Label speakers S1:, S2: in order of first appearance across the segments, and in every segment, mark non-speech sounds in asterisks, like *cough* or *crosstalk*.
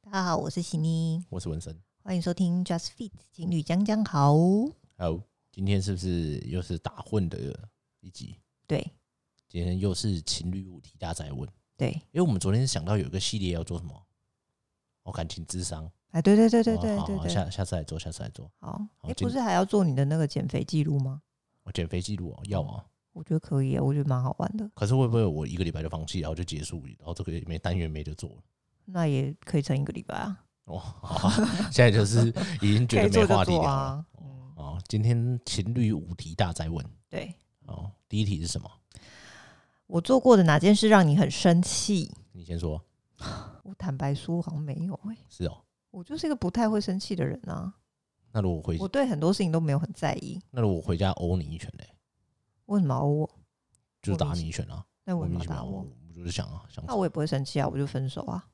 S1: 大家好，我是喜妮，
S2: 我是文森。
S1: 欢迎收听 Just Fit 情侣讲讲好。
S2: 好，今天是不是又是打混的一集？
S1: 对
S2: 今天又是情侣五题大灾问，
S1: 对，
S2: 因为我们昨天想到有一个系列要做什么，哦，感情智商。
S1: 哎，对对对对
S2: 哦
S1: 对
S2: 好
S1: 对
S2: 好
S1: 对，
S2: 下下次来做，下次来做。
S1: 好，
S2: 好
S1: 哎，
S2: 今
S1: 不是还要做你的那个减肥记录吗？
S2: 我减肥记录哦，要啊。
S1: 我觉得可以啊，我觉得蛮好玩的，
S2: 可是会不会我一个礼拜就放弃，然后就结束，然后这个也没单元没得做了？
S1: 那也可以撑一个礼拜啊，
S2: 哦，好啊 *laughs* 现在就是已经觉
S1: 可以
S2: 得没
S1: 做
S2: 话
S1: 就
S2: 题
S1: 做
S2: 聊
S1: 啊
S2: 了。。
S1: 嗯，
S2: 哦，今天情侣五题大灾问。
S1: 对
S2: 哦，第一题是什么？
S1: 我做过的哪件事让你很生气？
S2: 你先说。
S1: 我坦白说，我好像没有哎、
S2: 是哦，
S1: 我就是一个不太会生气的人啊，
S2: 那如果我回
S1: 我对很多事情都没有很在意。
S2: 那如果我回家殴你一拳嘞？
S1: 为什么要殴我？
S2: 就
S1: 莫
S2: 是
S1: 名
S2: 打
S1: 其
S2: 你一拳啊！
S1: 那为
S2: 我
S1: 什么要
S2: 明显
S1: 打
S2: 我
S1: 哦我？
S2: 我就是想啊，想
S1: 那我也不会生气啊，我就分手
S2: *laughs*
S1: 啊。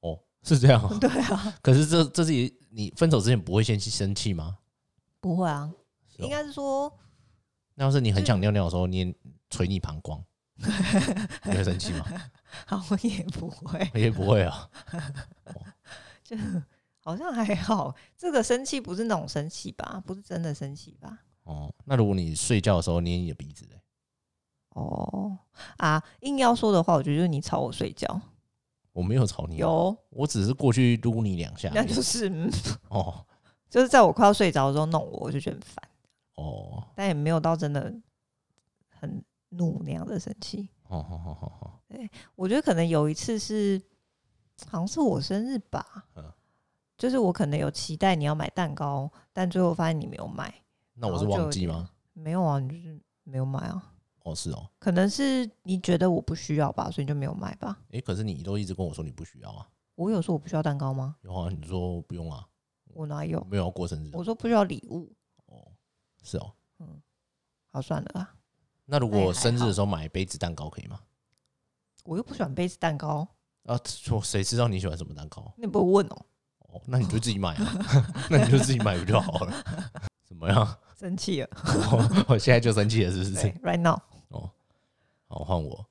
S2: 哦， *laughs* 是这样
S1: *laughs*
S2: 啊。
S1: 对啊，
S2: 可是这这是也你分手之前不会先去生气吗？
S1: 不会啊，
S2: 是哦
S1: 应该是说
S2: 那要是你很想尿尿的时候，你也捶你膀胱，你会生气吗？
S1: *laughs* 好，我也不会，
S2: 也不会啊。
S1: 就好像还好。这个生气不是那种生气吧？不是真的生气吧？
S2: 哦，那如果你睡觉的时候捏你的鼻子嘞，
S1: 哦啊，硬要说的话，我觉得就是你吵我睡觉，
S2: 我没有吵你啊，
S1: 有，
S2: 我只是过去撸你两下而
S1: 那
S2: 已。
S1: 就是、嗯、 *laughs*
S2: 哦
S1: 就是在我快要睡着的时候弄我，我就觉得很烦，
S2: 哦
S1: 但也没有到真的很怒那样的生气。
S2: 哦哦哦哦哦，
S1: 我觉得可能有一次是，好像是我生日吧，
S2: 嗯
S1: 就是我可能有期待你要买蛋糕，但最后发现你没有买，
S2: 那我是忘记
S1: 然后
S2: 吗？
S1: 没有啊，你就是没有买啊。
S2: 哦，是哦。
S1: 可能是你觉得我不需要吧，所以你就没有买吧。
S2: 诶，可是你都一直跟我说你不需要啊，
S1: 我有说我不需要蛋糕吗？
S2: 然后你说不用啊，
S1: 我哪
S2: 我
S1: 有？
S2: 没有要过生日啊。
S1: 我说不需要礼物。
S2: 哦，是哦。
S1: 好，算了啊，
S2: 那如
S1: 那也
S2: 果
S1: 还
S2: 生日
S1: 好
S2: 的时候买杯子蛋糕可以吗？
S1: 我又不喜欢杯子蛋糕，
S2: 啊，我谁知道你喜欢什么蛋糕？
S1: 你不会问哦，
S2: 哦，那你就自己买啊， *laughs* 那你就自己买不就好了？怎么样？
S1: 生气了。
S2: 我我现在就生气了，是不
S1: 对
S2: 是？
S1: ，right now，
S2: 哦，好，换我。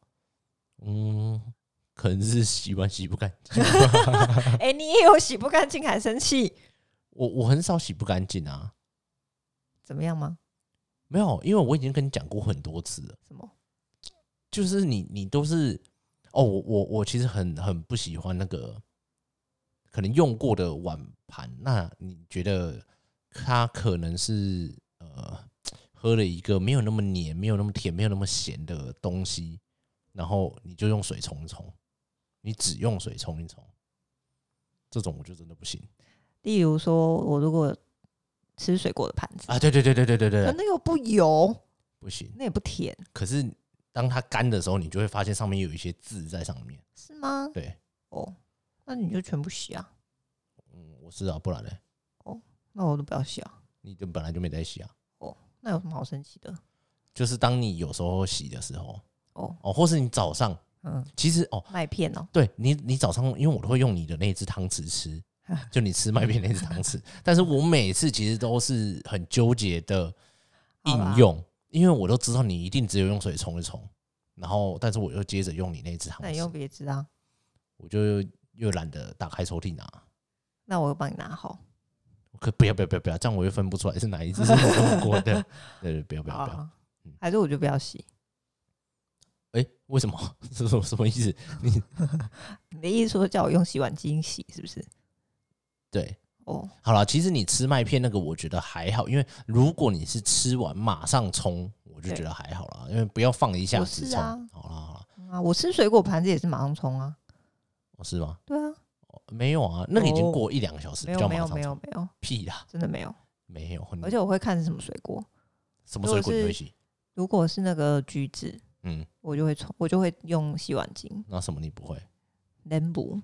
S2: 嗯，可能是洗碗洗不干净， *laughs*
S1: 哎、你也有洗不干净还生气，
S2: 我我很少洗不干净啊。
S1: 怎么样吗？
S2: 没有，因为我已经跟你讲过很多次了，
S1: 什么？
S2: 就是你你都是哦，我我我其实很很不喜欢那个可能用过的碗盘，那你觉得它可能是呃喝了一个没有那么黏、没有那么甜、没有那么咸的东西，然后你就用水冲一冲，你只用水冲一冲，这种我就真的不行
S1: 例如说，我如果吃水果的盘子，
S2: 啊！对对对对对对
S1: 可
S2: 对，
S1: 那又不油，
S2: 不行。
S1: 那也不甜，
S2: 可是当它干的时候，你就会发现上面有一些字在上面。
S1: 是吗？
S2: 对，
S1: 哦，那你就全部洗啊，
S2: 嗯，我是啊，不然嘞，
S1: 那我都不要洗啊，
S2: 你就本来就没在洗啊。
S1: 那有什么好生气的？
S2: 就是当你有时候洗的时候，
S1: 哦，
S2: 哦，或是你早上，
S1: 嗯，
S2: 其实哦，
S1: 麦片哦，
S2: 对你，你早上，因为我都会用你的那只汤
S1: *laughs*
S2: 匙吃，就你吃麦片那只汤匙，但是我每次其实都是很纠结的
S1: 好吧
S2: 应用，因为我都知道你一定只有用水冲一冲，然后，但是我又接着用你那只汤
S1: 那你用
S2: 匙，
S1: 别枝啊。
S2: 我就又懒得打开抽屉拿。
S1: 那我帮你拿好。
S2: 可不要不要不要不要，这样我又分不出来是哪一只是我用过的。 *laughs* 对对，不要不要
S1: 好
S2: 不要。
S1: 啊
S2: 嗯
S1: 还是我就不要洗。
S2: 哎、为什么？ *laughs* 这是什么意思？
S1: 你的意思说叫我用洗碗巾洗，是不是？
S2: 对，
S1: 哦，
S2: 好了，其实你吃麦片那个，我觉得还好，因为如果你是吃完马上冲，我就
S1: 对
S2: 觉得还好啦，因为不要放一下
S1: 我
S2: 子
S1: 是
S2: 冲。
S1: 啊
S2: 好啦好啦，
S1: 嗯啊，我吃水果盘子也是马上冲啊。
S2: 哦是吗？
S1: 对啊，
S2: 哦没有啊，那个已经
S1: 哦
S2: 过一两个小时，
S1: 没有
S2: 比较
S1: 没
S2: 马
S1: 有
S2: 上
S1: 没有
S2: 冲。嗯
S1: 没有，
S2: 屁啦，
S1: 真的没有。
S2: 没有。
S1: 而且我会看是什么水果，
S2: 什么水果
S1: 如
S2: 你
S1: 果
S2: 会
S1: 是
S2: 洗？
S1: 如果是那个橘子，
S2: 嗯，
S1: 我就会冲，我就会用洗碗巾。
S2: 那什么你不会？
S1: 莲补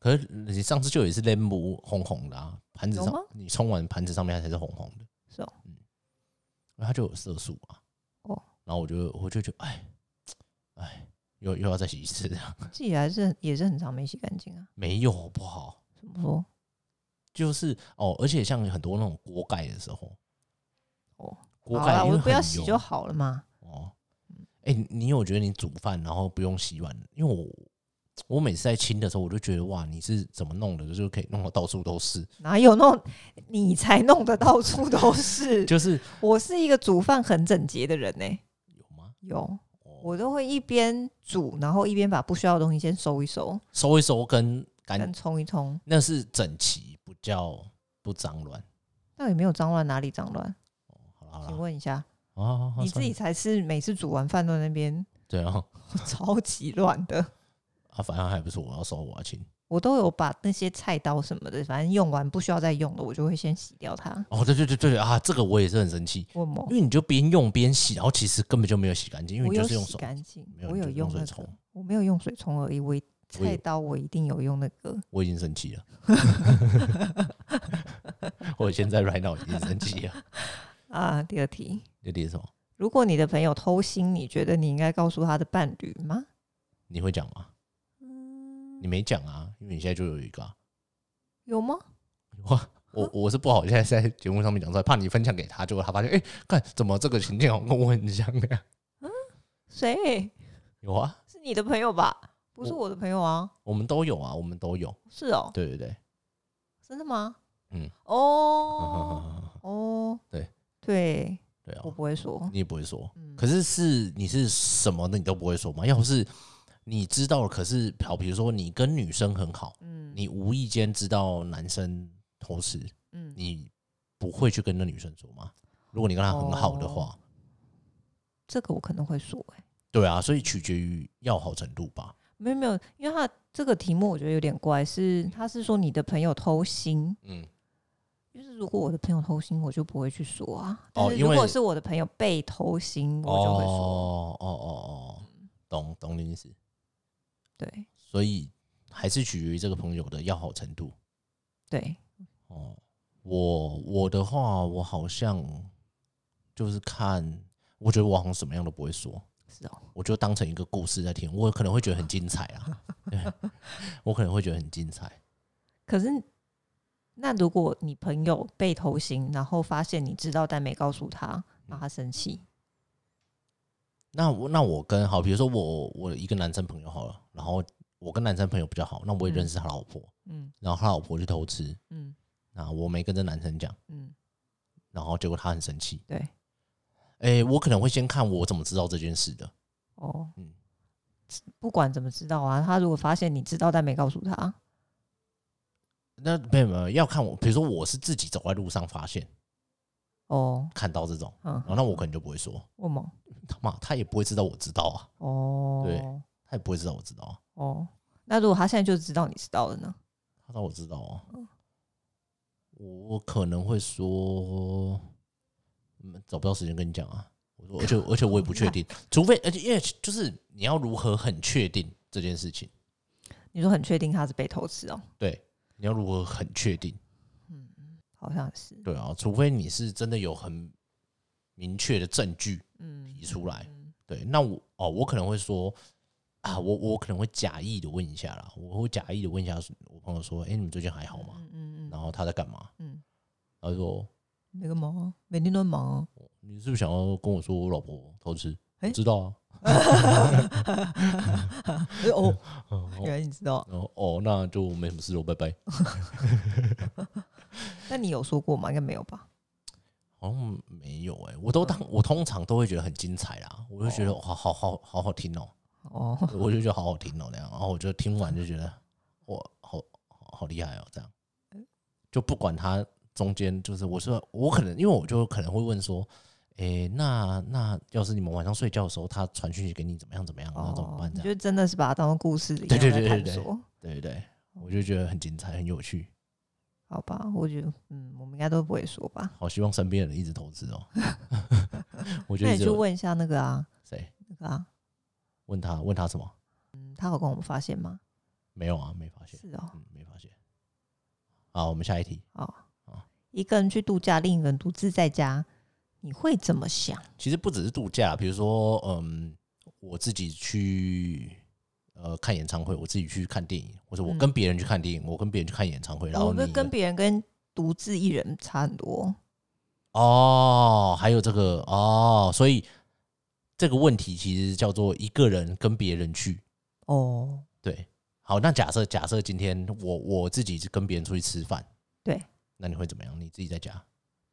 S2: 可是你上次就也是扔母红红的啊，盘子
S1: 有吗
S2: 上你冲完盘子上面它才是红红的。
S1: 是哦，
S2: 嗯，然后它就有色素啊。
S1: 哦，
S2: 然后我就我就觉得，哎，哎，又又要再洗一次，这样
S1: 自己还是也是很常没洗干净啊。
S2: 没有不好，
S1: 怎么说？
S2: 就是哦，而且像很多那种锅盖的时候，
S1: 哦，
S2: 锅
S1: 好
S2: 盖
S1: 啦
S2: 因为
S1: 我不要
S2: 很
S1: 洗
S2: 油
S1: 就好了嘛。
S2: 哦。哎、你有觉得你煮饭然后不用洗碗？因为我我每次在清的时候，我就觉得哇，你是怎么弄的，就是可以弄得到处都是，
S1: 哪有弄你才弄得到处都是？
S2: *laughs* 就是
S1: 我是一个煮饭很整洁的人呢、
S2: 有吗？
S1: 有
S2: 哦，
S1: 我都会一边煮，然后一边把不需要的东西先收一收，
S2: 收一收跟干
S1: 跟，冲一冲。
S2: 那是整齐，不叫不脏乱。
S1: 到底没有脏乱哪里脏乱？
S2: 好了好
S1: 请
S2: 了，
S1: 问一下，
S2: 哦好好好
S1: 你自己
S2: 算
S1: 才
S2: 了
S1: 是每次煮完饭都在那边
S2: 对啊，
S1: 超级乱的。
S2: *laughs* 啊，反正还不是我要收，我要清。
S1: 我都有把那些菜刀什么的，反正用完不需要再用的，我就会先洗掉它。
S2: 哦，对对对对啊，这个我也是很生气，
S1: 为什么
S2: 因？为你就边用边洗，然后其实根本就没有洗干净，因为
S1: 我
S2: 你就
S1: 有
S2: 是用
S1: 洗
S2: 手。
S1: 干净
S2: 没，有
S1: 我
S2: 你
S1: 有
S2: 就
S1: 用
S2: 用水
S1: 那
S2: 冲
S1: 个，我没有用水冲而已。我
S2: 我也
S1: 菜刀我一定有用那个，
S2: 我已经
S1: *laughs*
S2: 生气了，我现在 right now 已经生气了。
S1: 啊，第二题，
S2: 这点什么？
S1: 如果你的朋友偷腥，你觉得你应该告诉他的伴侣吗？
S2: 你会讲吗？
S1: 嗯，
S2: 你没讲啊，因为你现在就有一个、啊。
S1: 有吗？
S2: 哇，
S1: 啊
S2: 我我是不好，现在在节目上面讲出来，怕你分享给他，结果他发现，哎、看怎么这个情境好像跟我很像啊。
S1: 谁？
S2: 有啊，
S1: 是你的朋友吧？不是
S2: 我
S1: 我的朋友啊，
S2: 我们都有啊，我们都有。
S1: 是哦，
S2: 对对对，
S1: 真的吗？
S2: 嗯， *laughs*
S1: 哦，哦，
S2: 对
S1: 对，
S2: 对啊
S1: 我，不会说，
S2: 你也不会说。
S1: 嗯，
S2: 可是是你是什么的你都不会说吗？要是你知道了，可是好，比如说你跟女生很好，
S1: 嗯，
S2: 你无意间知道男生偷吃，
S1: 嗯，
S2: 你不会去跟那女生说吗？如果你跟她很好的话，
S1: 哦这个我可能会说、欸，
S2: 对啊，所以取决于要好程度吧。
S1: 没有没有，因为他这个题目我觉得有点怪，是他是说你的朋友偷腥，
S2: 嗯，
S1: 就是如果我的朋友偷腥，我就不会去说啊。但
S2: 哦
S1: 是
S2: 因
S1: 如果
S2: 为
S1: 是我的朋友被偷腥，我就会说。嗯
S2: 哦哦哦哦，懂懂你意思。
S1: 对
S2: 所以还是取决于这个朋友的要好程度。
S1: 对，
S2: 哦，我我的话，我好像就是看，我觉得我好像什么样都不会说，
S1: 是哦。
S2: 我就当成一个故事在听。我可能会觉得很精彩啊， *laughs* 对，我可能会觉得很精彩。
S1: 可是那如果你朋友被偷腥，然后发现你知道但没告诉
S2: 嗯
S1: 他，让他生气，
S2: 那我那我跟好，比如说我我一个男生朋友好了，然后我跟男生朋友比较好，那我也认识他老婆，
S1: 嗯
S2: 然后他老婆去偷吃，
S1: 嗯
S2: 那我没跟这男生讲，
S1: 嗯，
S2: 然后结果他很生气。
S1: 对，
S2: 哎、我可能会先看我怎么知道这件事的。
S1: 哦，
S2: 嗯
S1: 不管怎么知道啊，他如果发现你知道但没告诉他，
S2: 那没有没有要看我，比如说我是自己走在路上发现
S1: 哦，
S2: 看到这种，
S1: 嗯
S2: 然，后那我可能就不会说，
S1: 问吗？
S2: 他妈他也不会知道我知道啊，
S1: 哦，
S2: 对他也不会知道我知道啊，
S1: 哦，那如果他现在就知道你知道了呢？
S2: 他知道我知道啊
S1: 嗯，
S2: 我可能会说，嗯找不到时间跟你讲啊，我说，而且而且我也不确定，除非而且因为就是你要如何很确定这件事情，
S1: 你说很确定他是被偷吃哦？
S2: 对，你要如何很确定，
S1: 好像是，
S2: 对啊，除非你是真的有很明确的证据
S1: 嗯
S2: 提出来，
S1: 嗯
S2: 对，那我哦，我可能会说啊，我我可能会假意的问一下啦，我会假意的问一下我朋友说，哎、你们最近还好吗？
S1: 嗯嗯
S2: 然后他在干嘛？
S1: 嗯，
S2: 他就说
S1: 那个忙啊，每天都在忙啊。
S2: *laughs* 你是不是想要跟我说我老婆偷吃？
S1: 诶
S2: 我知道啊，
S1: 哎哦，
S2: 哦
S1: 原来你知道，
S2: 然后哦，那就没什么事了，拜拜。
S1: 那你有说过吗？应该没有吧？
S2: 好像没有哎、我都当我通常都会觉得很精彩啦，我就觉得好好好好好听哦、
S1: 哦，
S2: 我就觉得好好听哦、那样，然后我就听完就觉得我好好好厉害哦、这样就不管他中间就是我说我可能因为我就可能会问说，诶、那那要是你们晚上睡觉的时候他传讯息给你怎么样怎么样，那怎么
S1: 哦
S2: 办？，
S1: 你
S2: 这样
S1: 就真的是把它当做故事一
S2: 对
S1: 样
S2: 对
S1: 在
S2: 对
S1: 探
S2: 对对
S1: 索？
S2: 对对对，我就觉得很精彩很有趣，
S1: 好吧，我觉得，嗯，我们应该都不会说吧？
S2: 好希望身边的人一直投资哦、 *laughs* 我就
S1: 那
S2: 一
S1: 你
S2: 直
S1: 去问一下那个啊，
S2: 谁
S1: 那个啊，
S2: 问他问他什么？
S1: 嗯，他有跟我们发现吗？
S2: 没有啊，没发现，
S1: 是哦，
S2: 嗯，没发现。好，我们下一题。
S1: 哦
S2: 好，
S1: 一个人去度假，另一个人独自在家，你会怎么想？
S2: 其实不只是度假，比如说，嗯，我自己去呃看演唱会，我自己去看电影，或者我
S1: 嗯哦
S2: 跟别人去看电影，我跟别人去看演唱会，然
S1: 我
S2: 后
S1: 们
S2: 你
S1: 跟别人跟独自一人差很多。
S2: 哦，还有这个哦，所以这个问题其实叫做一个人跟别人去，
S1: 哦，
S2: 对，好，那假设假设今天我我自己是跟别人出去吃饭，
S1: 对，
S2: 那你会怎么样？你自己在家，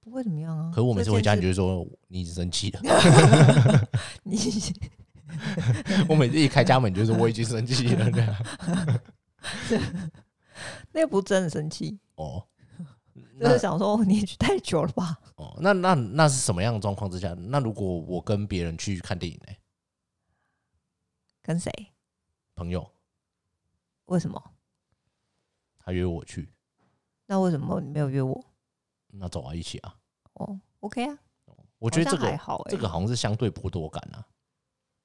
S1: 不会怎么样啊。
S2: 可是我每次回家你
S1: 这
S2: 就
S1: 件
S2: 会说你已经生气了。 *laughs*
S1: 事你
S2: 我每次一开家门你就说我已经生气了。这
S1: *laughs*
S2: 样
S1: 那个不是真的生气，
S2: 哦，
S1: 就
S2: 那
S1: 是想说哦你也去太久了吧？
S2: 哦，那那那是什么样的状况之下？那如果我跟别人去看电影呢、
S1: 跟谁？
S2: 朋友
S1: 为什么？
S2: 他约我去，
S1: 那为什么你没有约我？
S2: 那走啊，一起啊。
S1: 哦，OK 啊，
S2: 我觉得
S1: 好像
S2: 这个
S1: 还好、欸，
S2: 这个好像是相对剥夺感啊。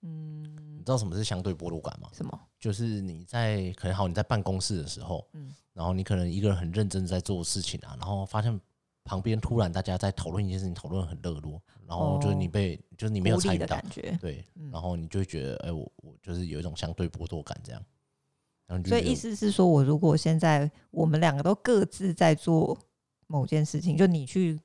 S2: 你
S1: 嗯，
S2: 知道什么是相对剥夺感吗？
S1: 什么？
S2: 就是你在可能好你在办公室的时候，
S1: 嗯
S2: 然后你可能一个人很认真地在做事情啊，然后发现旁边突然大家在讨论一件事情，讨论很热络，然后就是你
S1: 哦
S2: 被、就是你
S1: 你
S2: 没有参与
S1: 的
S2: 到，
S1: 感觉，
S2: 对，
S1: 嗯
S2: 然后你就会觉得，哎、我我就是有一种相对剥夺感这样。然后你就
S1: 所以
S2: 觉得
S1: 意思是说，我如果现在我们两个都各自在做某件事情，就你去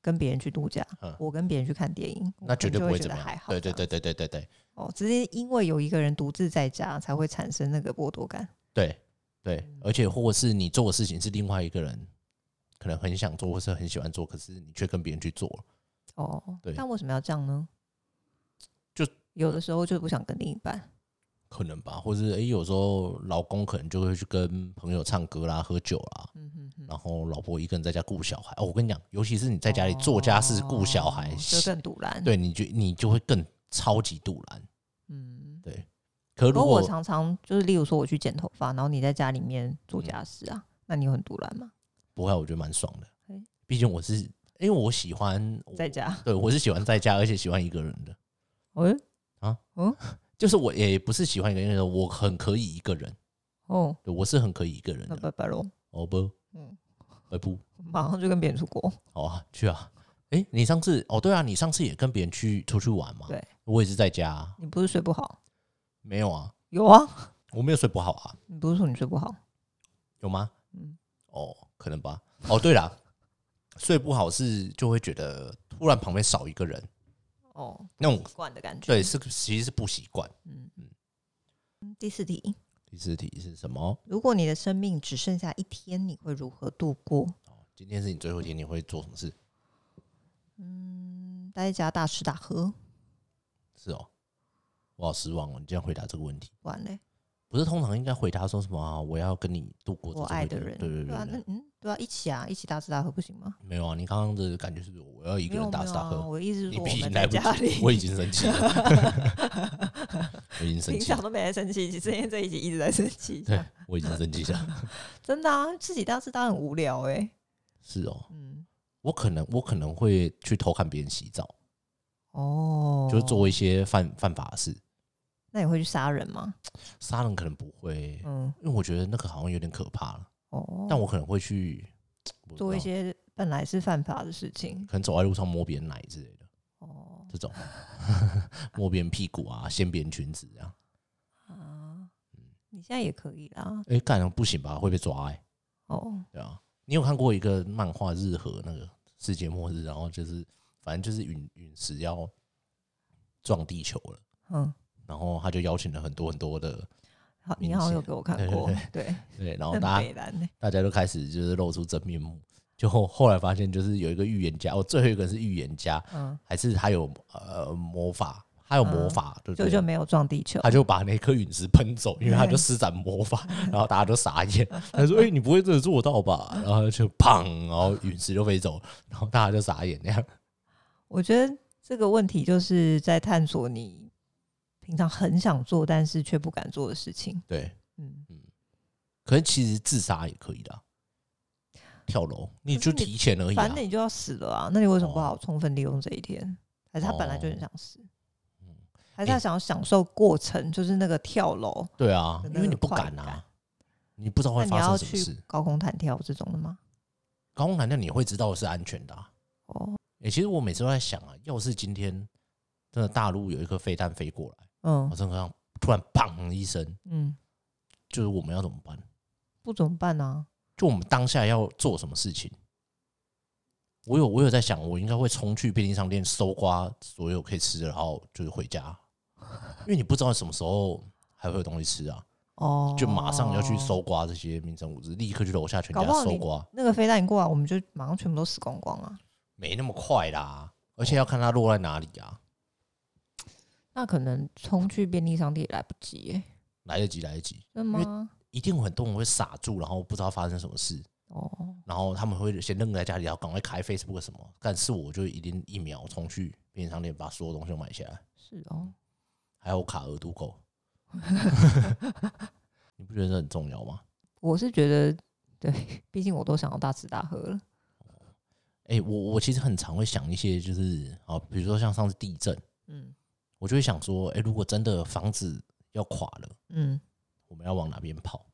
S1: 跟别人去度假，
S2: 嗯
S1: 我跟别人去看电影，我
S2: 那
S1: 可
S2: 绝
S1: 能
S2: 对
S1: 就
S2: 不
S1: 会
S2: 会
S1: 觉
S2: 怎
S1: 得
S2: 么样。
S1: 还好。
S2: 对对，对对对对对
S1: 哦，只是因为有一个人独自在家，才会产生那个剥夺感。
S2: 对对，
S1: 嗯
S2: 而且或者是你做的事情是另外一个人可能很想做或是很喜欢做，可是你却跟别人去做了，
S1: 哦
S2: 对，
S1: 但为什么要这样呢？
S2: 就
S1: 有的时候就不想跟另一半。
S2: 可能吧？或是哎、诶有时候老公可能就会去跟朋友唱歌啦、喝酒啦，
S1: 嗯哼哼，
S2: 然后老婆一个人在家顾小孩。哦，我跟你讲，尤其是哦你在家里做家事、顾小孩
S1: 哦，就更堵然。，
S2: 对，你就你就会更超级杜然。
S1: 嗯。
S2: 可
S1: 可
S2: 如
S1: 我
S2: 果
S1: 常常就是，例如说我去剪头发，然后你在家里面
S2: 嗯
S1: 做家事啊，那你有很堵然吗？
S2: 不会，我觉得蛮爽的
S1: 诶。
S2: 毕竟我是因为我喜欢我
S1: 在家，
S2: 对我是喜欢在家，而且喜欢一个人的。
S1: 哎、
S2: 就是我也不是喜欢一个人，我很可以一个人，
S1: 哦，
S2: 对我是很可以一个人
S1: 那
S2: 的。
S1: 拜拜喽，
S2: 哦不，
S1: 嗯
S2: 嗯，不，
S1: 马上就跟别人出国。
S2: 好啊，去啊。诶，你上次哦，对啊，你上次也跟别人去出去玩嘛？
S1: 对，
S2: 我也是在家、啊，
S1: 你不是睡不好？
S2: 没有啊，
S1: 有啊，
S2: 我没有睡不好啊，
S1: 你不是说你睡不好？
S2: 有吗？
S1: 嗯
S2: 哦，可能吧。哦，对啦，睡不好是就会觉得突然旁边少一个人，
S1: 哦，
S2: 那种
S1: 习惯的感觉。
S2: 对，是其实是不习惯。
S1: 嗯嗯。第四题，
S2: 第四题是什么？
S1: 如果你的生命只剩下一天，你会如何度过？
S2: 今天是你最后一天，你会做什么事？
S1: 嗯，待在家大吃大喝，
S2: 是哦，我好失望哦，你这样回答这个问题。
S1: 不然嘞，
S2: 不是通常应该回答说什么啊？我要跟你度过这
S1: 我
S2: 最后
S1: 爱
S2: 一
S1: 的
S2: 天
S1: 人，
S2: 对对对
S1: 啊，那
S2: 对
S1: 嗯，对啊，一起啊，一起大吃大喝不行吗？
S2: 没有啊！你刚刚的感觉是不是我要一
S1: 一
S2: 个人大吃大喝？
S1: 啊我的意思是
S2: 你
S1: 说，我
S2: 毕
S1: 们
S2: 竟
S1: 在
S2: 来不
S1: 家
S2: 及，
S1: 里，
S2: 我已经生气了，我已经生
S1: *laughs* 平
S2: 气
S1: 常
S2: 了，
S1: 都没在生气，今天这一集一直在生气，
S2: *laughs* 对我已经生气了。
S1: 真的啊，自己大吃大喝很无聊哎、
S2: 是哦，
S1: 嗯，
S2: 我可能我可能会去偷看别人洗澡，
S1: 哦，
S2: 就是做一些犯犯法的事。
S1: 那你会去杀人吗？
S2: 杀人可能不会，
S1: 嗯，
S2: 因为我觉得那个好像有点可怕了。
S1: 哦，
S2: 但我可能会去我不知
S1: 做一
S2: 道
S1: 些本来是犯法的事情。
S2: 可能走在路上摸别人奶之类的
S1: 哦，
S2: 这种， *laughs* 摸别人屁股啊，掀别人裙子这样。嗯
S1: 啊，你现在也可以啦。
S2: 哎、干了不行吧，会被抓哎、
S1: 哦，
S2: 对啊，你有看过一个漫画日和那个世界末日，然后就是反正就是陨陨石要撞地球了，
S1: 嗯，
S2: 然后他就邀请了很多很多的
S1: 好，
S2: 明
S1: 你好像
S2: 显
S1: 有给我看
S2: 对对
S1: 过，
S2: *laughs*
S1: 对，
S2: 对，然后
S1: 很
S2: 大家
S1: 北蓝欸呢。
S2: 大家都开始就是露出真面目。就后后来发现，就是有一个预言家，哦，最后一个是预言家，
S1: 嗯，
S2: 还是他有呃魔法，他有魔
S1: 嗯
S2: 法，对不
S1: 就
S2: 对？
S1: 就没有撞地球
S2: 他。就把那颗陨石喷走，因为他就施展魔法，
S1: 嗯
S2: 然后大家都傻眼。 *laughs* 他说：“哎、你不会真的做到吧？”然后就砰，然后陨石就飞走，然后大家就傻眼那样。
S1: 我觉得这个问题就是在探索你平常很想做但是却不敢做的事情。
S2: 对，
S1: 嗯，
S2: 可是其实自杀也可以的啊，跳楼你
S1: 可是
S2: 就
S1: 你
S2: 提前而已、
S1: 反
S2: 啊
S1: 正。你就要死了啊，那你为什么不
S2: 哦
S1: 好好充分利用这一天？还是他本来就很
S2: 哦
S1: 想死？
S2: 嗯
S1: 还是他
S2: 诶
S1: 想要享受过程，就是那个跳楼，
S2: 对啊，因为你不
S1: 那
S2: 敢
S1: 个快感
S2: 啊，你不知道
S1: 那
S2: 会
S1: 你
S2: 发
S1: 要
S2: 生什么
S1: 去
S2: 事。
S1: 高空弹跳这种的吗？
S2: 高空弹跳你会知道是安全的、啊。
S1: 哦，
S2: 哎、其实我每次都在想啊，要是今天真的大陆有一颗飞弹飞过来，
S1: 嗯
S2: 我真的想突然砰一声，
S1: 嗯，
S2: 就是我们要怎么办？
S1: 不怎么办啊呢、
S2: 就我们当下要做什么事情。我有我有在想，我应该会冲去便利商店搜刮所有可以吃的，然后就是回家，因为你不知道什么时候还会有东西吃啊。
S1: 哦，
S2: 就马上要去。搜刮这些民生物资，立刻去楼下全
S1: 搞
S2: 家
S1: 不好
S2: 搜
S1: 你
S2: 刮，
S1: 那个飞弹一过来，我们就马上全部都死光光啊！
S2: 没那么快啦，而且要看它落在哪里啊，
S1: 那可能冲去便利商店也来不及耶，
S2: 来得及，来得及，
S1: 真的
S2: 因为
S1: 吗？
S2: 一定很多人会傻住，然后不知道发生什么事，
S1: 哦，
S2: 然后他们会先愣在家里，然后赶快开 Facebook 什么，但是我就一定一秒冲去便利商店把所有东西都买下来，
S1: 是哦，
S2: 还有卡额度够， *laughs* 你不觉得这很重要吗？
S1: 我是觉得对，毕竟我都想要大吃大喝了。
S2: 哎、我我其实很常会想一些，就是啊，比如说像上次地震，
S1: 嗯
S2: 我就会想说，哎、如果真的房子要垮了，
S1: 嗯，
S2: 我们要往哪边跑？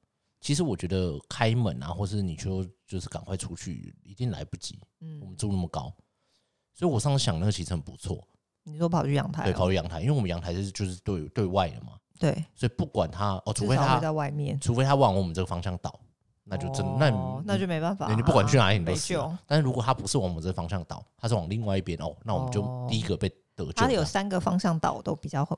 S2: 其实我觉得开门啊，或是你就就是赶快出去，一定来不及。我们
S1: 嗯，
S2: 住那么高，所以我上次想那个其实很不错，
S1: 你说跑去阳台、
S2: 对，
S1: 哦，
S2: 跑去阳台，因为我们阳台是就是对对外的嘛，
S1: 对，
S2: 所以不管它哦，除
S1: 至
S2: 非
S1: 少会
S2: 它
S1: 在外面，
S2: 除非它往我们这个方向倒，那就真、那
S1: 哦那就没办法、啊
S2: 你你不管去哪里你都
S1: 没
S2: 死了
S1: 救。
S2: 但是如果它不是往我们这个方向倒，它是往另外一边哦，那我们就
S1: 哦
S2: 第一个被得救
S1: 它
S2: 这
S1: 有
S2: 样。
S1: 三个方向导都比较好，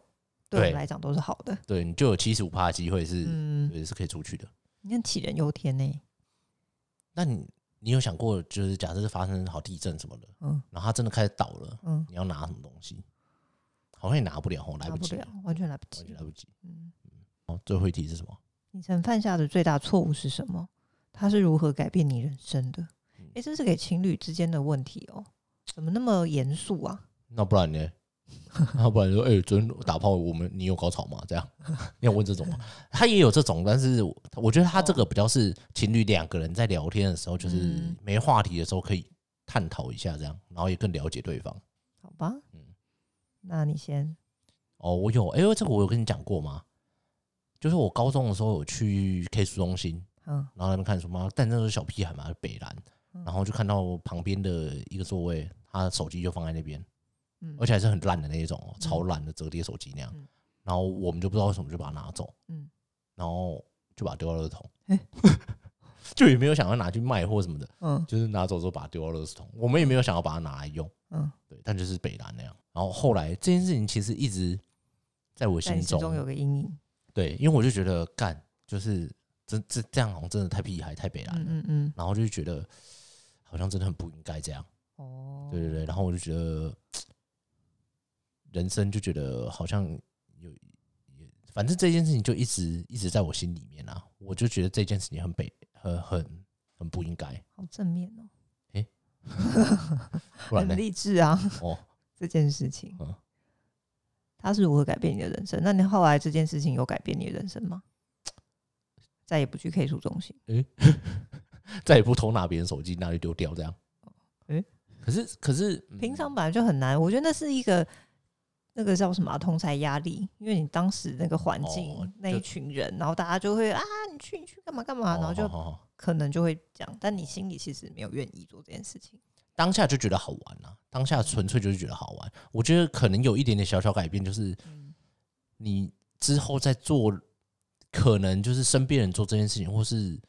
S1: 对我
S2: 对
S1: 们来讲都是好的。
S2: 对，你就有七十五趴的机会是、
S1: 嗯，
S2: 对是可以出去的。
S1: 你看杞人忧天呢、
S2: 那你你有想过，就是假设是发生好地震什么的，
S1: 嗯
S2: 然后它真的开始倒了，
S1: 嗯，
S2: 你要拿什么东西？好像也拿不了哦，来
S1: 拿
S2: 不
S1: 不
S2: 及，
S1: 了，完全来不
S2: 完
S1: 及
S2: 全来。不及。
S1: 嗯，
S2: 哦，最后一题是什么？
S1: 你曾犯下的最大错误是什么？它是如何改变你人生的？
S2: 嗯
S1: 哎、这是给情侣之间的问题哦，怎么那么严肃啊？
S2: 那不然呢？那不然就说，哎、昨天打炮，我们你有高潮吗？这样 *laughs* 你要问这种吗？他也有这种，但是我我觉得他这个比较是情侣两个人在聊天的时候，就是
S1: 嗯
S2: 没话题的时候可以探讨一下，这样，然后也更了解对方。
S1: 好吧，
S2: 嗯
S1: 那你先，
S2: 哦，我有，哎、呦，这个我有跟你讲过吗？就是我高中的时候有去 K 书中心，
S1: 嗯
S2: 然后在那边看书嘛，但那时候小屁孩嘛，北兰，
S1: 嗯
S2: 然后就看到旁边的一个座位，他手机就放在那边，
S1: 嗯，
S2: 而且还是很烂的那一种哦，
S1: 嗯
S2: 超烂的折叠手机那样
S1: 嗯。
S2: 然后我们就不知道为什么就把它拿走，
S1: 嗯
S2: 然后就把它丢到垃圾桶
S1: 嘿，
S2: *laughs* 就也没有想要拿去卖或什么的，
S1: 嗯
S2: 就是拿走之后把它丢到垃圾桶。我们也没有想要把它拿来用，
S1: 嗯，
S2: 对，但就是北兰那样。然后后来这件事情其实一直在我
S1: 在
S2: 心
S1: 你心
S2: 中，
S1: 中有个阴影。
S2: 对，因为我就觉得干就是这这这样好像真的太屁孩太北兰了。
S1: 嗯嗯嗯，
S2: 然后就觉得好像真的很不应该这样，
S1: 哦，
S2: 对对对，然后我就觉得人生就觉得好像有也，反正这件事情就一直一直在我心里面啊，我就觉得这件事情很北很很很不应该，
S1: 好正面哦，
S2: 不然呢
S1: 很？励志啊。 *laughs*
S2: 哦，
S1: 这件事情，
S2: 嗯
S1: 它是如何改变你的人生？那你后来这件事情有改变你的人生吗？再也不去 K 书中心，
S2: *laughs* 再也不偷拿别人手机，那就丢掉这样。
S1: 哦诶
S2: 可是可是、嗯
S1: 平常本来就很难，我觉得那是一个那个叫什么啊、同才压力，因为你当时那个环境、
S2: 哦
S1: 那
S2: 就
S1: 一群人，然后大家就会啊，你去你去干嘛干嘛，然后
S2: 哦
S1: 就
S2: 好好好
S1: 可能就会讲，但你心里其实没有愿意做这件事情。
S2: 当下就觉得好玩啊，当下纯粹就是觉得好玩。我觉得可能有一点点小小改变，就是
S1: 嗯
S2: 你之后在做，可能就是身边人做这件事情，或是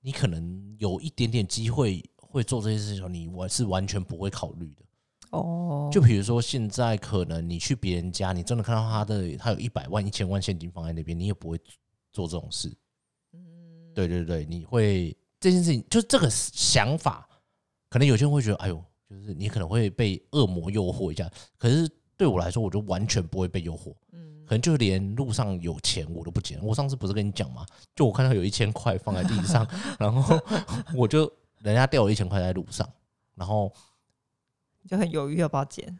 S2: 你可能有一点点机会会做这件事情的时候，你完是完全不会考虑的。
S1: 哦，
S2: 就比如说现在，可能你去别人家，你真的看到他的他有一百万、一千万现金放在那边，你也不会做这种事。
S1: 嗯
S2: 对对对，你会这件事情，就这个想法，可能有些人会觉得，哎呦，就是你可能会被恶魔诱惑一下。可是对我来说，我就完全不会被诱惑。
S1: 嗯
S2: 可能就连路上有钱我都不捡。我上次不是跟你讲吗？就我看到有一千块放在地
S1: *laughs*
S2: 上，然后我就人家掉了一千块在路上，然后
S1: 你就很犹豫要不要剪，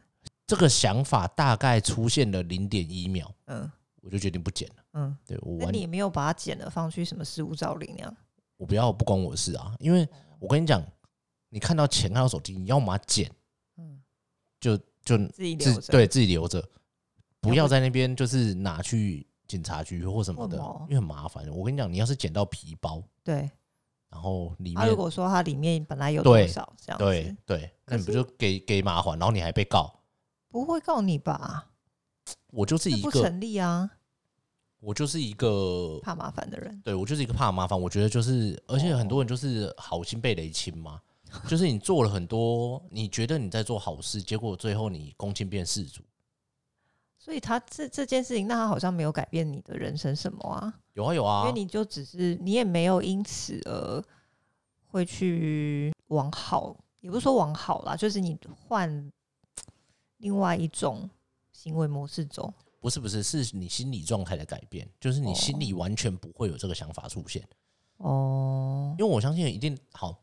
S2: 这个想法大概出现了零点一秒，
S1: 嗯
S2: 我就决定不捡了。
S1: 嗯，
S2: 对我
S1: 那
S2: 完
S1: 你也没有把它剪了放去什么失物照领那样。
S2: 我不要不关我的事啊，因为
S1: 哦
S2: 我跟你讲，你看到钱看到手机，你要么捡
S1: 嗯，
S2: 就
S1: 自己留
S2: 自
S1: 着。，
S2: 对自己留着，不
S1: 要
S2: 要
S1: 不
S2: 在那边就是拿去警察局或什么的
S1: 为什么，
S2: 因为很麻烦。我跟你讲，你要是捡到皮包，
S1: 对，
S2: 然后里
S1: 他、
S2: 面
S1: 啊如果说它里面本来有多
S2: 对
S1: 少这样子，
S2: 对对，
S1: 可
S2: 那你不
S1: 是
S2: 就给给麻烦，然后你还被告？
S1: 不会告你吧？
S2: 我就是
S1: 这
S2: 一
S1: 不
S2: 个，
S1: 成立啊，
S2: 我就是一个，
S1: 怕麻烦的人。
S2: 对我就是一个怕麻烦。我觉得就是，而且很多人就是好心被雷侵嘛，
S1: 哦
S2: *laughs* 就是你做了很多，你觉得你在做好事，结果最后你公亲变事主。
S1: 所以他这这件事情，那他好像没有改变你的人生什么啊？
S2: 有啊有
S1: 因
S2: 啊
S1: 为，你就只是你也没有因此而会去往好，也不是说往好啦，就是你换另外一种行为模式走。
S2: 不是不是，是你心理状态的改变，就是你
S1: 哦
S2: 心里完全不会有这个想法出现，
S1: 哦，
S2: 因为我相信一定好。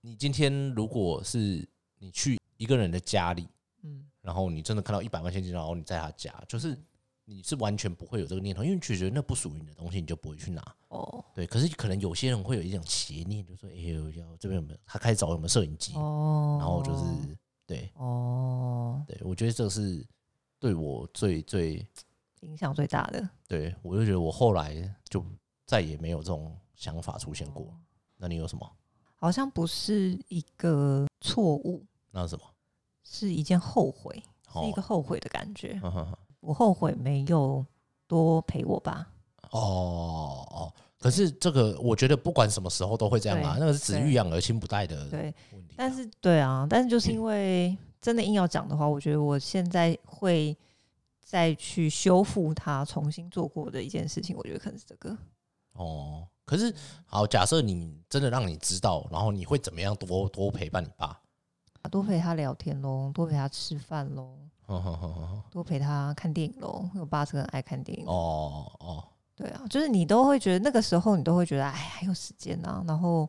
S2: 你今天如果是你去一个人的家里，
S1: 嗯，
S2: 然后你真的看到一百万现金，然后你在他家，就是你是完全不会有这个念头，因为你觉得那不属于你的东西，你就不会去拿。
S1: 哦，
S2: 对，可是可能有些人会有一种邪念，就说：“哎呦，要这边有没有？”他开始找有没有摄影机，
S1: 哦，
S2: 然后就是对
S1: 哦，
S2: 对，我觉得这是对我最最
S1: 影响最大的
S2: 对我就觉得我后来就再也没有这种想法出现过。那你有什么？
S1: 好像不是一个错误，
S2: 那是什么？
S1: 是一件后悔，是一
S2: 哦
S1: 个后悔的感觉。
S2: 嗯哼哼
S1: 我后悔没有多陪我吧。
S2: *laughs* 哦哦，可是这个我觉得不管什么时候都会这样啊，
S1: 对
S2: 那个是子欲养而亲不待的
S1: 对，
S2: 问题啊、
S1: 但是对啊，但是就是因为真的硬要讲的话，我觉得我现在会再去修复它，重新做过的一件事情，我觉得可能是这个。
S2: 哦，可是好，假设你真的让你知道，然后你会怎么样多多陪伴你爸？
S1: 啊多陪他聊天喽，多陪他吃饭喽，
S2: 哼哼哼哼哼
S1: 多陪他看电影喽。因为我爸是个很爱看电影的，
S2: 哦哦，
S1: 对啊，就是你都会觉得那个时候，你都会觉得哎，还有时间啊，然后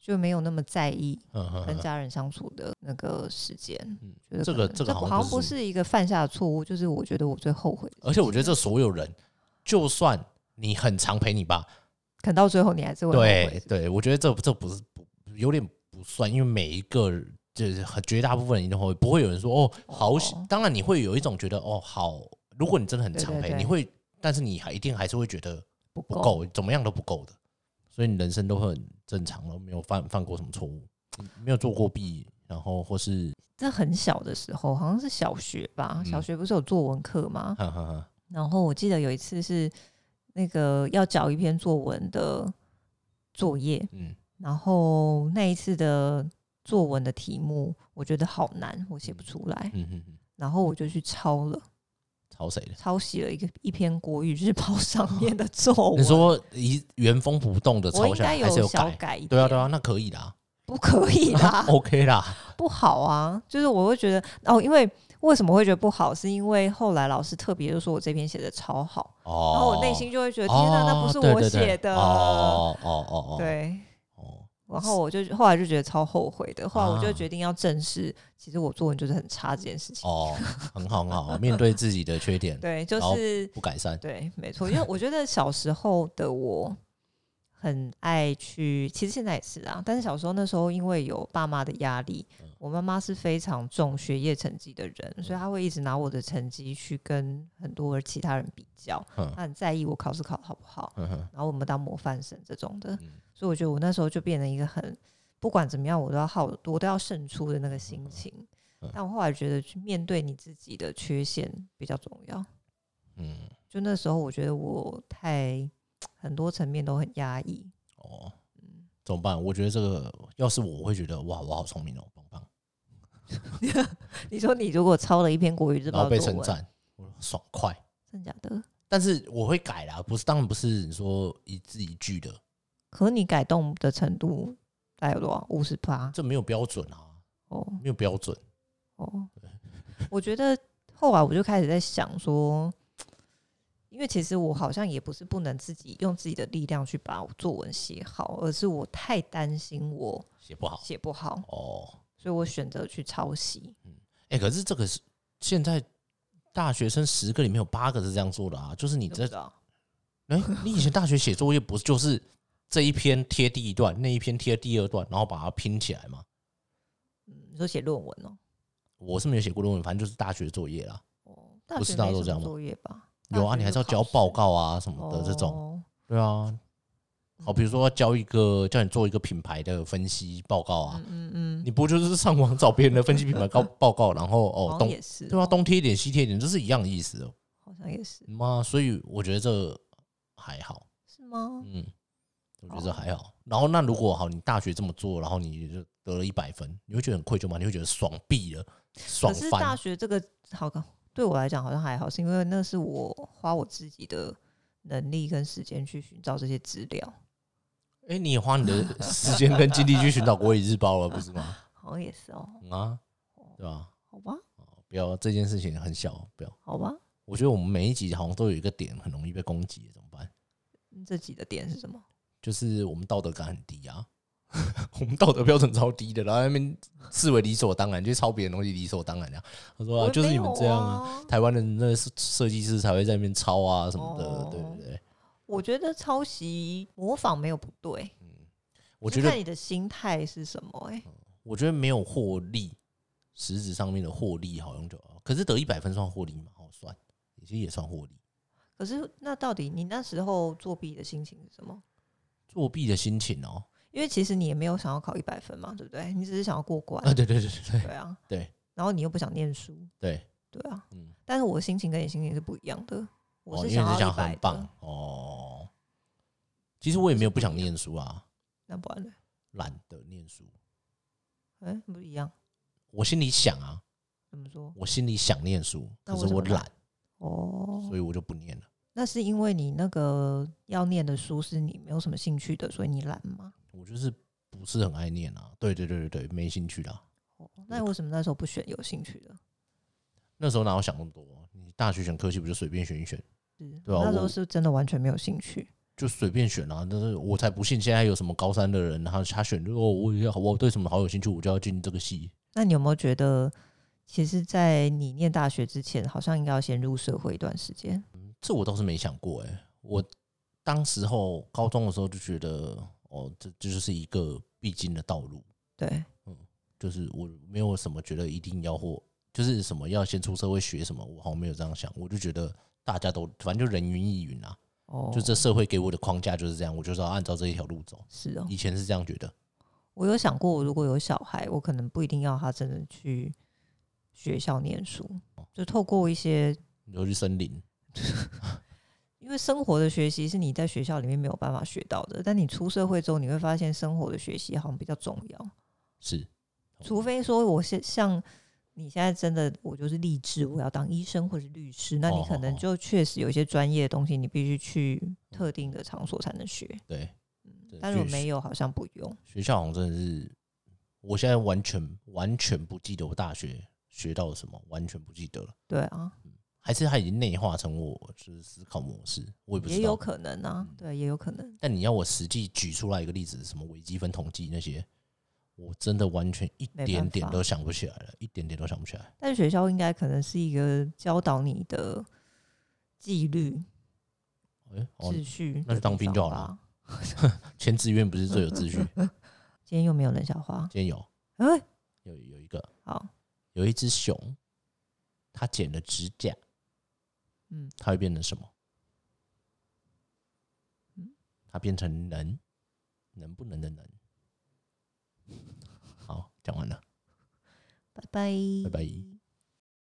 S1: 就没有那么在意
S2: 嗯哼
S1: 跟
S2: 哼
S1: 家人相处的那个时间。
S2: 嗯
S1: 觉得
S2: 这
S1: 可
S2: 个
S1: 能
S2: 这个好
S1: 好
S2: 像
S1: 像不
S2: 是，
S1: 是一个犯下的错误，就是我觉得我最后悔的事情。
S2: 而且我觉得这所有人，就算你很常陪你爸，
S1: 可能到最后你还是会后
S2: 对
S1: 悔。
S2: 对，我觉得这这不是不有点不算，因为每一个人就是很绝大部分人都会不会有人说哦好喜
S1: 哦，
S2: 当然你会有一种觉得哦好，如果你真的很
S1: 对
S2: 常
S1: 对
S2: 陪，
S1: 对
S2: 你会，但是你还一定还是会觉得
S1: 不
S2: 不。够，怎么样都不够的，所以你人生都会很正常了，没有犯犯过什么错误，你没有做过弊，然后或是
S1: 这很小的时候，好像是小学吧，
S2: 嗯啊
S1: 小学不是有作文课吗？
S2: 哈哈哈，
S1: 然后我记得有一次是那个要交一篇作文的作业，
S2: 嗯
S1: 然后那一次的作文的题目我觉得好难，我写不出来，
S2: 嗯嗯嗯，
S1: 然后我就去抄了，
S2: 吵谁的？
S1: 抄袭了一个一篇国语日报上面的作文。
S2: *laughs* 你说一原封不动的
S1: 啊我
S2: 抄
S1: 应
S2: 下
S1: 该
S2: 来，还是有
S1: 小
S2: 改？
S1: 改啊一点，
S2: 对啊对哦啊，那可
S1: *laughs*
S2: 以啦
S1: 不可以
S2: *laughs*
S1: 啦，
S2: ，OK 啦，
S1: 不好啊，就是我会觉得哦，因为为什么会觉得不好，是因为后来老师特别就说我这篇写的超好，
S2: 哦，
S1: 然后我内心就会觉得天哪，那不是
S2: 哦对
S1: 我
S2: 对对
S1: 写的，啊
S2: 哦哦哦哦，
S1: 对
S2: 哦，
S1: 然后我就后来就觉得超后悔的，后来我
S2: 啊
S1: 就决定要正视，其实我作文就是很差这件事情。
S2: 哦，很好很好，面对自己的缺点
S1: 对，就
S2: 然后
S1: 是
S2: 不改善，
S1: 对，没错，因为我觉得小时候的我很爱去，其实现在也是啊，但是小时候那时候因为有爸妈的压力，
S2: 嗯
S1: 我妈妈是非常重学业成绩的人，所以她会一直拿我的成绩去跟很多其他人比较，
S2: 嗯
S1: 她很在意我考试考得好不好，
S2: 嗯哼，
S1: 然后我们当模范生这种的，
S2: 嗯
S1: 所以我觉得我那时候就变成一个很不管怎么样，我都要好，我都要胜出的那个心情。
S2: 嗯
S1: 但我后来觉得，去面对你自己的缺陷比较重要。
S2: 嗯，
S1: 就那时候，我觉得我太很多层面都很压抑。 *laughs*
S2: 哦，
S1: 嗯
S2: 怎么办？我觉得这个要是我，我会觉得哇，我好聪明哦，棒棒，
S1: 你说你如果抄了一篇国语日
S2: 然
S1: 报
S2: 后被
S1: 作
S2: 称
S1: 文，
S2: 赞，我爽快。
S1: 真假的？
S2: 但是我会改啦，不是当然不是你说一字一句的，
S1: 可你改动的程度大概有多少？五十八？
S2: 这没有标准啊，
S1: 哦
S2: 没有标准。 *laughs*
S1: 哦，我觉得后来我就开始在想说，因为其实我好像也不是不能自己用自己的力量去把我作文写好，而是我太担心我
S2: 写不好
S1: 写不好，
S2: 哦。
S1: 所以我选择去抄袭。
S2: 哎、可是这个是现在大学生十个里面有八个是这样做的啊，就是你
S1: 不
S2: 这
S1: 知道
S2: 哎、你以前大学写作业不是就是这一篇贴第一段，那一篇贴第二段，然后把它拼起来吗？
S1: 嗯你说写论文哦？
S2: 我是没有写过论文，反正就是大学作业啦。
S1: 哦，大
S2: 不
S1: 学
S2: 是大家
S1: 没
S2: 都
S1: 什
S2: 这
S1: 么
S2: 样吗
S1: 作业吧？
S2: 有
S1: 大
S2: 啊，
S1: 学
S2: 你还是要
S1: 就
S2: 交
S1: 考
S2: 报
S1: 试
S2: 告啊什么的这种。
S1: 哦
S2: 对啊，好，比如说教一个叫你做一个品牌的分析报告啊，
S1: 嗯嗯嗯，
S2: 你不就是上网找别人的分析品牌告报告，然后哦
S1: 好像
S2: 东
S1: 也是，
S2: 对啊，东贴一点西贴一点，这是一样的意思哦
S1: 好像也是，
S2: 妈，所以我觉得这还好，
S1: 是吗？
S2: 嗯，我觉得这
S1: 哦
S2: 还好。然后那如果好，你大学这么做，然后你就得了一百分，你会觉得很愧疚吗？你会觉得爽毙了，爽
S1: 可是大
S2: 翻
S1: 学这个好像对我来讲好像还好，是因为那是我花我自己的能力跟时间去寻找这些资料，
S2: 哎、你也花你的时间跟精力去寻找《国语日报》了，不是吗？
S1: 好像也是哦，
S2: 嗯啊，对吧？
S1: 好吧，
S2: 不要这件事情很小，不要。
S1: 好吧，
S2: 我觉得我们每一集好像都有一个点很容易被攻击，怎么办？
S1: 嗯这集的点是什么？
S2: 就是我们道德感很低啊， *laughs* 我们道德标准超低的，然后在那边视为理所当然，就抄别人东西理所当然这样。他说、
S1: 我
S2: 啊、就是
S1: 没
S2: 你们
S1: 有
S2: 这样啊，
S1: 啊。
S2: 台湾的那个设设计师才会在那边抄啊什么的，
S1: 哦
S2: 对不对？
S1: 我觉得抄袭模仿没有不对，
S2: 我
S1: 就
S2: 觉
S1: 看
S2: 得，
S1: 你的心态是什么、欸。
S2: 我觉得没有获利，实质上面的获利好像就，可是得一百分算获利嘛？哦，算，其实也算获利。
S1: 可是那到底你那时候作弊的心情是什么？
S2: 作弊的心
S1: *laughs*
S2: 情哦，
S1: 因为其实你也没有想要考一百分嘛，对不对？你只是想要过关，
S2: 啊，对对对对对
S1: 对啊，
S2: 对。
S1: 然后你又不想念书，
S2: 对，
S1: 对啊。
S2: 嗯，
S1: 但是我心情跟你心情是不一样的，我
S2: 哦，
S1: 是
S2: 因为你
S1: 要
S2: 是想
S1: 一
S2: 很
S1: 百
S2: 棒，哦。其实我也没有不想念书啊，
S1: 那不然呢？
S2: 懒得念书。
S1: 嗯、不一样，
S2: 我心里想啊，
S1: 怎么说？
S2: 我心里想念书，
S1: 那
S2: 可是
S1: 为什
S2: 我
S1: 么懒
S2: 懒，
S1: 哦，
S2: 所以我就不念了。
S1: 那是因为你那个要念的书是你没有什么兴趣的，所以你懒吗？
S2: 我就是不是很爱念啊。对对对对对，没兴趣啦。
S1: 哦，那为什么那时候不选有兴趣的？
S2: 那时候哪有想那么多？啊你大学选科系不就随便选一选，
S1: 是，
S2: 对啊
S1: 那时候
S2: 我
S1: 是真的完全没有兴趣。
S2: 就随便选啊。但是我才不信现在有什么高三的人，他他选如果我也好我对什么好有兴趣，我就要进这个系。
S1: 那你有没有觉得，其实，在你念大学之前，好像应该要先入社会一段时间？
S2: 这我倒是没想过哎、我当时候高中的时候就觉得，哦，这这就是一个必经的道路，
S1: 对，
S2: 就是我没有什么觉得一定要或就是什么要先出社会学什么，我好像没有这样想，我就觉得大家都反正就人云亦云啊，
S1: 哦，
S2: 就这社会给我的框架就是这样，我就是要按照这一条路走。
S1: 是哦。
S2: 以前是这样觉得，
S1: 我有想过，我如果有小孩，我可能不一定要他真的去学校念书，
S2: 哦
S1: 就透过一些，
S2: 尤其森林，
S1: 因为生活的学习是你在学校里面没有办法学到的，但你出社会之后，你会发现生活的学习好像比较重要。
S2: 是，哦
S1: 除非说我是像你现在真的，我就是立志我要当医生或者律师，那你可能
S2: 哦
S1: 就确实有一些专业的东西，你必须去特定的场所才能学。
S2: 对，对
S1: 嗯但如果
S2: 去
S1: 没有，好像不用。
S2: 学校好像真的是，我现在完全完全不记得我大学学到了什么，完全不记得了，
S1: 对啊，
S2: 还是它已经内化成我就是思考模式，我也不
S1: 也
S2: 知
S1: 有
S2: 道。嗯
S1: 可能啊，对，也有可能。
S2: 但你要我实际举出来一个例子，什么微积分统计那些，我真的完全一
S1: 没
S2: 点
S1: 办
S2: 点
S1: 法
S2: 都想不起来了，一点点都想不起来。
S1: 但学校应该可能是一个教导你的纪律、
S2: 哎、哦，
S1: 秩序、
S2: 那就当兵就好了。前志愿不是最有秩序？
S1: 今天又没有冷笑话，
S2: 今天有
S1: 哎、
S2: 有有一个
S1: *laughs* 好，
S2: 有一只熊，它剪了指甲，
S1: 嗯，
S2: 它会变成什么？
S1: 嗯
S2: 它变成能，能不能的能。好，讲完了，
S1: 拜拜
S2: 拜拜。